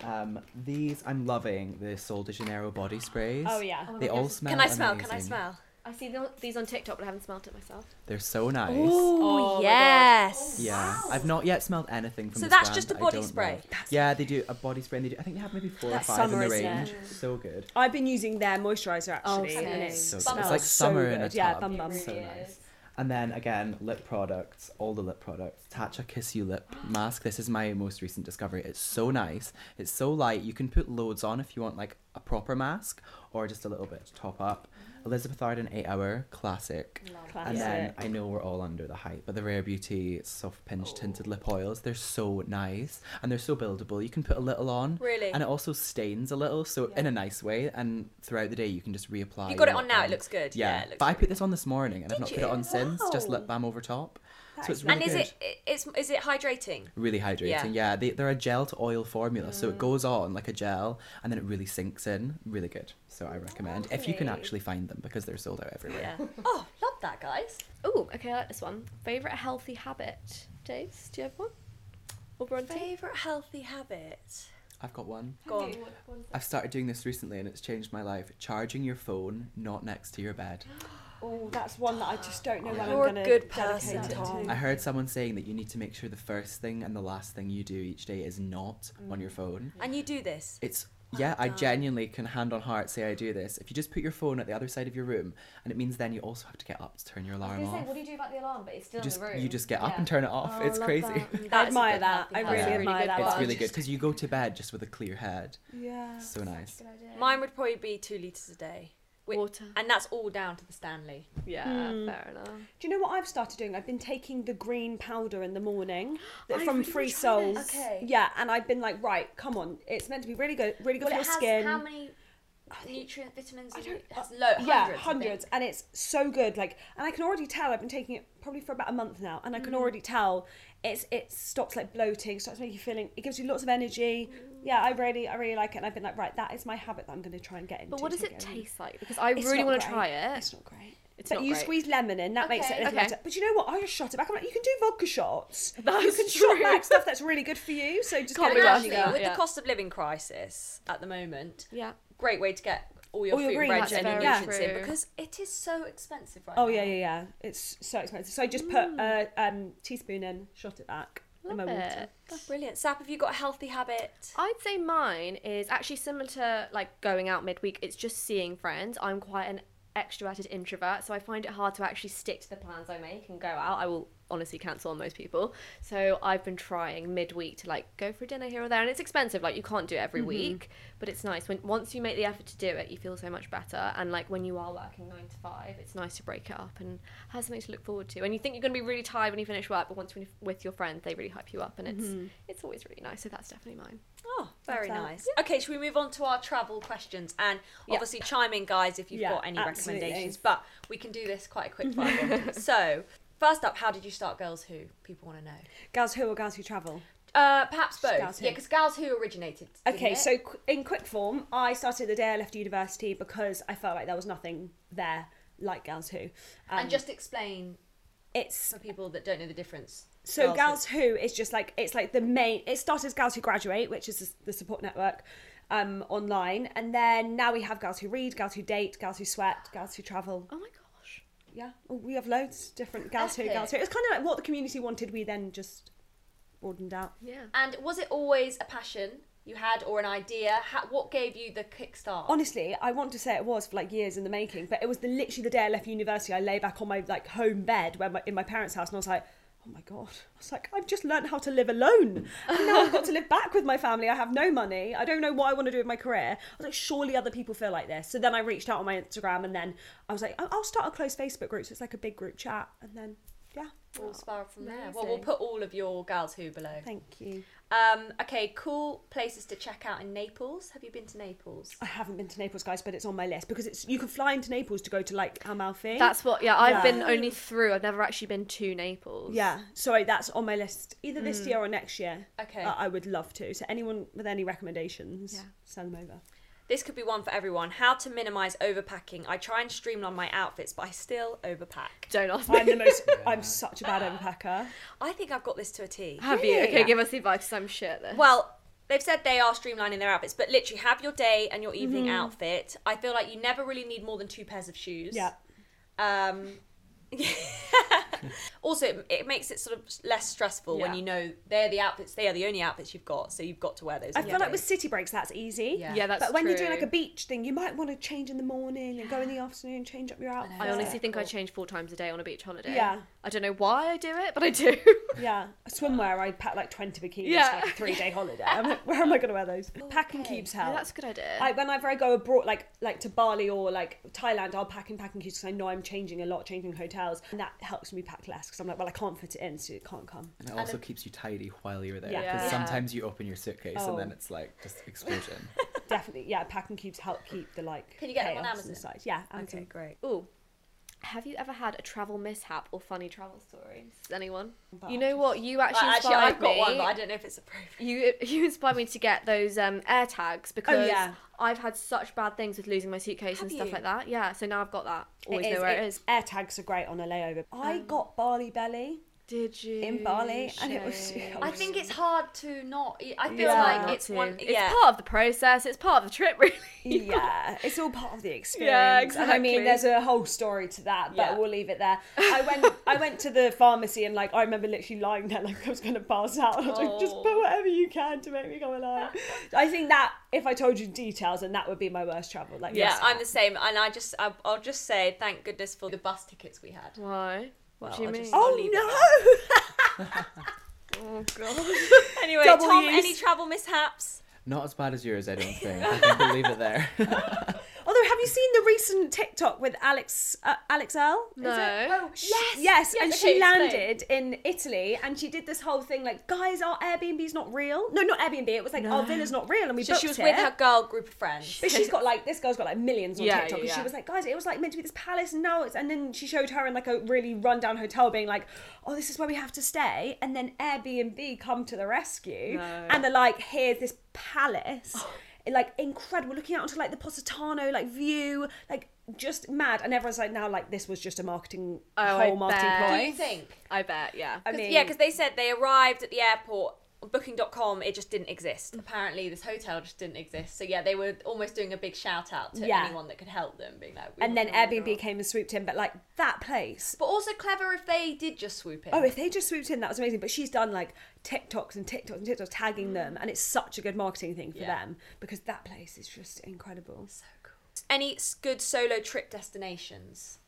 D: Um, these I'm loving the Sol de Janeiro body sprays.
C: Oh, yeah.
B: Oh my
D: They
B: God,
D: all
B: yes.
D: smell.
A: Can I smell? Can I
D: amazing.
A: smell?
B: I see the- these on TikTok, but I haven't smelled it myself.
D: They're so nice.
C: Oh my God.
A: yes.
D: Yeah, I've not yet smelled anything from.
A: Oh, So
D: this
A: that's
D: brand
A: just a
D: that I
A: body
D: don't
A: spray?
D: love. Yeah, they do a body spray, and they do. I think they have maybe four
C: That's
D: or five in
C: summer,
D: the
C: isn't
D: range. So good.
C: I've been using their moisturiser
B: Oh,
C: actually,
B: same.
C: and it
D: So good.
C: smells
D: It's like
C: so
D: summer in a
C: good. Yeah,
D: tub.
C: bum bum.
D: So nice. And then again, lip products, all the lip products. Tatcha Kiss You Lip Mask. This is my most recent discovery. It's so nice. It's so light. You can put loads on if you want like a proper mask or just a little bit to top up. Elizabeth Arden 8 Hour, classic. And then I know we're all under the hype, but the Rare Beauty soft pinch
A: Oh.
D: tinted lip oils, they're so nice and they're so buildable. You can put a little on.
A: Really?
D: And it also stains a little, so in a nice way. And throughout the day, you can just reapply.
A: You got it
D: your
A: on now. It
D: balm.
A: looks good. Yeah.
D: Yeah,
A: it looks
D: but I
A: really
D: put this on this morning and I've not put
A: you?
D: it on since. Just
C: Wow.
D: lip balm over top,
C: That
D: so
C: is
D: it's really
A: and is
D: good.
A: it it's is it hydrating?
D: really hydrating.
A: Yeah. Mm.
D: Yeah, they, they're a gel to oil formula, so it goes on like a gel and then it really sinks in. Really good. So I recommend if you can
B: Lovely.
D: actually find them because they're sold out everywhere.
A: Yeah. oh, love that, guys.
B: Oh, okay, I like this one. Favorite healthy habit, Jace? Do you have one? Or Bronte?
A: Favorite healthy habit.
D: I've got one.
A: Go on.
D: I've started doing this recently and it's changed my life. Charging your phone not next to your bed.
C: Oh, that's one that I just don't know when
A: You're a
C: I'm gonna
A: good person,
C: dedicate it
A: Tom.
D: I
C: to.
D: heard someone saying that you need to make
A: Mm.
D: sure the first thing and the last thing you do each day is not on your phone.
A: And you do this.
D: It's
B: Oh
D: yeah, I genuinely can hand on heart say I do this. If you just put your phone at the other side of your room, and it means then you also have to get up to turn your
B: I
D: alarm
B: was gonna say,
D: off.
B: what do you do about the alarm? But it's still
D: You just
B: in the room.
D: you just get up
B: Yeah.
D: and turn it off.
B: Oh,
D: it's
B: love
D: crazy.
B: that. Mm,
C: I
B: that is a
C: admire
B: good
C: that.
B: healthy
C: I
B: habit.
D: really
B: That's a
C: admire that
B: good
D: It's
B: one.
C: Wow.
D: really good because you go to bed just with a clear head.
C: Yeah.
D: So nice.
B: Good idea.
A: Mine would probably be two litres a day. Wait,
B: Water.
A: And that's all down to the Stanley.
B: Yeah, fair enough.
C: Do you know what I've started doing? I've been taking the green powder in the morning that-
B: I've
C: from
B: really
C: Free
B: tried
C: Souls.
B: this. Okay.
C: Yeah, and I've been like, right, come on, it's meant to be really good, really good
A: Well,
C: for
A: it
C: your
A: has
C: skin.
A: how many nutrient vitamins?
C: I
A: is it?
C: don't-
A: It
B: uh,
A: has low, hundreds. I
C: yeah,
A: think.
C: hundreds, and it's so good. Like, and I can already tell. I've been taking it probably for about a month now, and I
B: Mm.
C: can already tell it's it stops like bloating, starts making you feeling. It gives you lots of energy.
B: Mm.
C: Yeah, I really, I really like it, and I've been like, right, that is my habit that I'm going to try and get into.
B: But what does
C: take
B: it
C: it over.
B: taste like? Because I
C: It's
B: really
C: not
B: want to
C: great.
B: try it.
C: It's not great.
B: It's
C: but
B: not
C: you
B: great.
C: squeeze lemon in, that makes it a
B: Okay.
C: little
B: Okay.
C: better. But you know what? I just shot it back. I'm like, you can do vodka shots. you
B: That's
C: can shot
B: true.
C: back stuff that's really good for you. So just
B: Can't
C: get
B: be
C: it
B: worse
C: out.
B: than
A: Actually,
C: you go.
B: that.
A: with
B: yeah.
A: the cost of living crisis at the moment,
B: Yeah.
A: great way to get all your
C: All your
A: fruit and
C: greens,
A: veg and your
C: that's
A: nutrients
B: very
A: in
B: true.
A: because it is so expensive right
C: Oh
A: now.
C: yeah, yeah, yeah. It's so expensive. So I just put a um, teaspoon in, shot it back in
B: Mm. Love
C: my water.
B: it.
A: That's brilliant. Sap, have you got a healthy habit?
B: I'd say mine is actually similar to like going out midweek. It's just seeing friends. I'm quite an extroverted introvert, so I find it hard to actually stick to the plans I make and go out. I will honestly cancel on most people. So I've been trying midweek to like go for dinner here or there, and it's expensive. Like you can't do it every week, but it's nice when once you make the effort to do it, you feel so much better. And like when you are working nine to five, it's nice to break it up and have something to look forward to. And you think you're going to be really tired when you finish work, but once you're with your friends, they really hype you up, and it's it's always really nice. So that's definitely mine.
A: Oh, very
C: that.
A: nice. Okay, should we move on to our travel questions? And
B: Yeah.
A: obviously, chime in, guys, if you've
C: Yeah,
A: got any
C: absolutely.
A: recommendations. But we can do this quite a quick fire. so, first up, how did you start Girls Who? People want to know.
C: Gals who or gals who travel?
A: Uh, perhaps both.
C: Gals Who.
A: yeah, because Gals Who originated. didn't
C: Okay,
A: it?
C: so qu- in quick form, I started the day I left university because I felt like there was nothing there like Gals Who. Um,
A: and just explain
C: it's
A: for people that don't know the difference.
C: so
A: Girls
C: Gals Who is just like it's like the main. It started as Gals Who Graduate, which is the- the support network um, online, and then now we have Gals Who Read, Gals Who Date, Gals Who Sweat, Gals Who Travel.
B: Oh my gosh.
C: Yeah, well, we have loads of different Gals Who, Gals Who. It's kind of like what the community wanted. We then just broadened out.
B: Yeah.
A: And was it always a passion you had or an idea? How, what gave you the kickstart?
C: honestly, I want to say it was for like years in the making, but it was the literally the day I left university. I lay back on my like home bed where my, in my parents' house, and I was like, "Oh my god!" I was like, "I've just learnt how to live alone, and now I've got to live back with my family. I have no money. I don't know what I want to do with my career." I was like, "Surely other people feel like this." So then I reached out on my Instagram, and then I was like, "I- "I'll start a closed Facebook group, so it's like a big group chat." And then, yeah,
A: All spiral from there. Well, we'll
B: amazing.
A: put all of your Gals Who below.
C: thank you.
A: Um, okay, cool places to check out in Naples. Have you been to Naples?
C: I haven't been to Naples, guys, but it's on my list because it's you can fly into Naples to go to like Amalfi.
B: That's what. Yeah, I've
C: Yeah.
B: been only through. I've never actually been to Naples.
C: Yeah, so that's on my list either this
B: Hmm.
C: year or next year.
A: Okay.
C: Uh, I would love to. So anyone with any recommendations,
B: Yeah.
C: send them over.
A: This could be one for everyone. How to minimize overpacking. I try and streamline my outfits, but I still overpack.
B: Don't ask
C: I'm
B: me.
C: the most. I'm such a bad overpacker.
A: I think I've got this to a T.
B: Have you?
C: Really?
B: Okay,
C: Yeah.
B: give us the advice. 'cause I'm shit at this.
A: Well, they've said they are streamlining their outfits, but literally have your day and your evening outfit. I feel like you never really need more than two pairs of shoes.
C: Yeah.
A: Um, also, it, it makes it sort of less stressful when
B: Yeah.
A: you know they're the outfits. They are the only outfits you've got, so you've got to wear those.
C: I
A: on
C: feel
A: your
C: like
A: day.
C: with city breaks that's easy.
A: Yeah.
B: yeah, that's
C: but when you're doing
B: true.
C: like a beach thing, you might want to change in the morning and go in the afternoon, change up your outfit.
B: I honestly think I
A: Cool.
B: change four times a day on a beach holiday.
C: Yeah.
B: I don't know why I do it, but I do.
C: Yeah, swimwear. I pack like twenty bikinis
B: Yeah.
C: for like a three-day holiday. I'm like, where am I going to wear those? Packing
A: okay.
C: cubes
B: Yeah,
C: help.
B: that's a good idea.
C: I, whenever I go abroad, like like to Bali or like Thailand, I'll pack in packing cubes because I know I'm changing a lot, changing hotels, and that helps me pack less because I'm like, well, I can't fit it in, so it can't come.
D: And it also keeps you tidy while you're there. Because
C: Yeah.
B: Yeah.
D: sometimes you open your suitcase
C: Oh.
D: and then it's like just explosion.
C: Definitely, yeah, packing cubes help keep the like.
A: Can you get them on
C: chaos and
A: Amazon?
C: the size. Yeah, Amazon.
A: Okay, great.
B: Ooh. Have you ever had a travel mishap or funny travel stories? Anyone?
C: But
B: You know what? You actually
A: Uh, actually,
B: inspired
A: I've got
B: me.
A: one, but I don't know if it's appropriate.
B: You you inspired me to get those um, air tags because
C: Oh, yeah.
B: I've had such bad things with losing my suitcase and
A: Have
B: stuff
A: you?
B: like that. Yeah, so now I've got that. Always
C: It
B: know
C: is-
B: where
C: it-
B: it is.
C: Air tags are great on a layover. I got barley belly.
B: Did you?
C: in Bali, and it was.
B: shame?
A: I think it's hard to not. I feel
C: Yeah.
A: like
B: Not
A: it's
B: to.
A: one.
B: It's
A: yeah.
B: part of the process. It's part of the trip, really.
C: yeah, it's all part of the experience.
B: Yeah,
C: And I mean,
B: exactly.
C: there's a whole story to that, but
B: Yeah.
C: we'll leave it there. I went, I went to the pharmacy and like I remember literally lying there like I was gonna pass out. I was like, just
B: Oh.
C: put whatever you can to make me come alive. I think that if I told you details, then that would be my worst travel. Like,
A: Yeah,
C: yes.
A: I'm the same, and I just I, I'll just say thank goodness for the bus tickets we had.
B: Why? What do
A: Well,
B: you
A: I
B: mean?
A: just- I'll leave it
C: oh no.
B: Oh god.
A: Anyway,
C: Double
A: Tom,
C: use.
A: any travel mishaps?
D: Not as bad as yours, I don't think. I think we'll leave it there.
C: Although, have you seen the recent TikTok with Alex uh, Alex Earl? Is it?
B: No.
C: Oh, sh- yes,
A: yes,
C: and
A: okay,
C: she
A: explain.
C: landed in Italy, and she did this whole thing like, guys, our Airbnb's not real. No, not Airbnb. It was like our villa's not real, and we
A: So
C: booked
A: she was
C: it.
A: with her girl group of friends.
C: But she's got like this girl's got like millions on
B: Yeah,
C: TikTok,
B: yeah,
C: and she
B: yeah.
C: was like, "Guys, it was like meant to be this palace, and now it's." And then she showed her in like a really rundown hotel, being like, "Oh, this is where we have to stay." And then Airbnb come to the rescue,
B: No.
C: and they're like, "Here's this palace, like incredible, looking out onto like the Positano like view, like just mad." And everyone's like, "Now, like this was just a marketing
B: Oh, I
C: whole marketing
B: bet.
A: Do
C: ploy."
A: you think?
B: I bet. Yeah.
C: I
A: 'Cause-
C: mean,
A: yeah, because they said they arrived at the airport. Booking.com, it just didn't exist. Apparently, this hotel just didn't exist. So yeah, they were almost doing a big shout out to
C: Yeah.
A: anyone that could help them, being like. we
C: and then
B: Oh
A: want to order
C: Airbnb
A: off.
C: came and swooped in, but like that place
A: But also clever if they did just swoop in.
C: Oh, if they just swooped in, that was amazing. But she's done like TikToks and TikToks and TikToks
B: Mm.
C: tagging them, and it's such a good marketing thing for
A: Yeah.
C: them because that place is just incredible.
A: so cool. Any s- good solo trip destinations?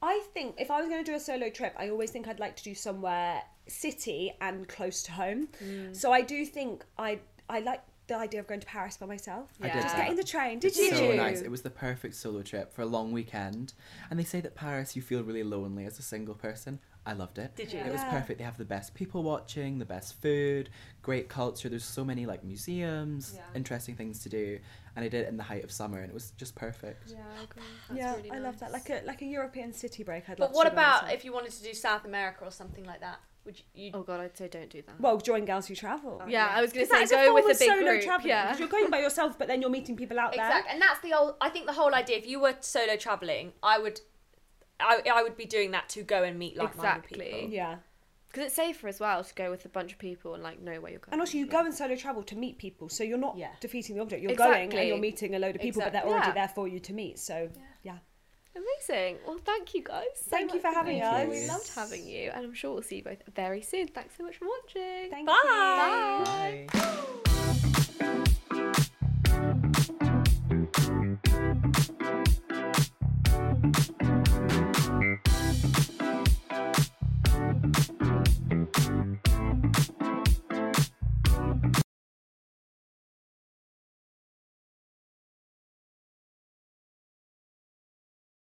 C: I think if I was going to do a solo trip, I always think I'd like to do somewhere city and close to home.
B: Mm.
C: So I do think I I like the idea of going to Paris by myself.
D: I did
B: Yeah.
C: Just
D: that.
C: getting the train. Did
D: It's
C: you?
D: so nice. It was the perfect solo trip for a long weekend. And they say that Paris, you feel really lonely as a single person. I loved it.
A: Did you?
D: It was
C: Yeah.
D: perfect. They have the best people watching, the best food, great culture. There's so many like museums, interesting things to do. And I did it in the height of summer, and it was just perfect.
B: Yeah, I agree.
C: yeah, I love that. Like a like a European city break. I'd love
A: But
C: to
A: what
C: do by
A: about
C: myself.
A: if you wanted to do South America or something like that? Would you?
B: Oh god, I'd say don't do that.
C: well, join Gals Who Travel.
B: yeah, Oh. I was gonna
C: Because that
B: say
C: is a
B: go
C: form
B: with
C: of
B: a big
C: solo
B: group.
C: traveling.
B: yeah.
C: You're going by yourself, but then you're meeting people out there.
A: Exactly, and that's the old. I think the whole idea. If you were solo traveling, I would, I, I would be doing that to go and meet like-minded
B: Exactly.
A: people.
C: Yeah.
B: Because it's safer as well to go with a bunch of people and like know where you're going.
C: And also, you go and solo travel to meet people, so you're not
A: Yeah.
C: defeating the object. You're going and
B: Exactly.
C: you're meeting a load of people, but
A: Exact-
C: they're already
B: yeah.
C: there for you to meet. So, yeah.
B: Amazing. Well, thank you guys. so
C: Thank you
B: much
C: for having
B: being here.
D: us.
B: We loved having you, and I'm sure we'll see you both very soon. Thanks so much for watching.
C: Thank
A: Bye.
C: you.
B: Bye.
D: Bye.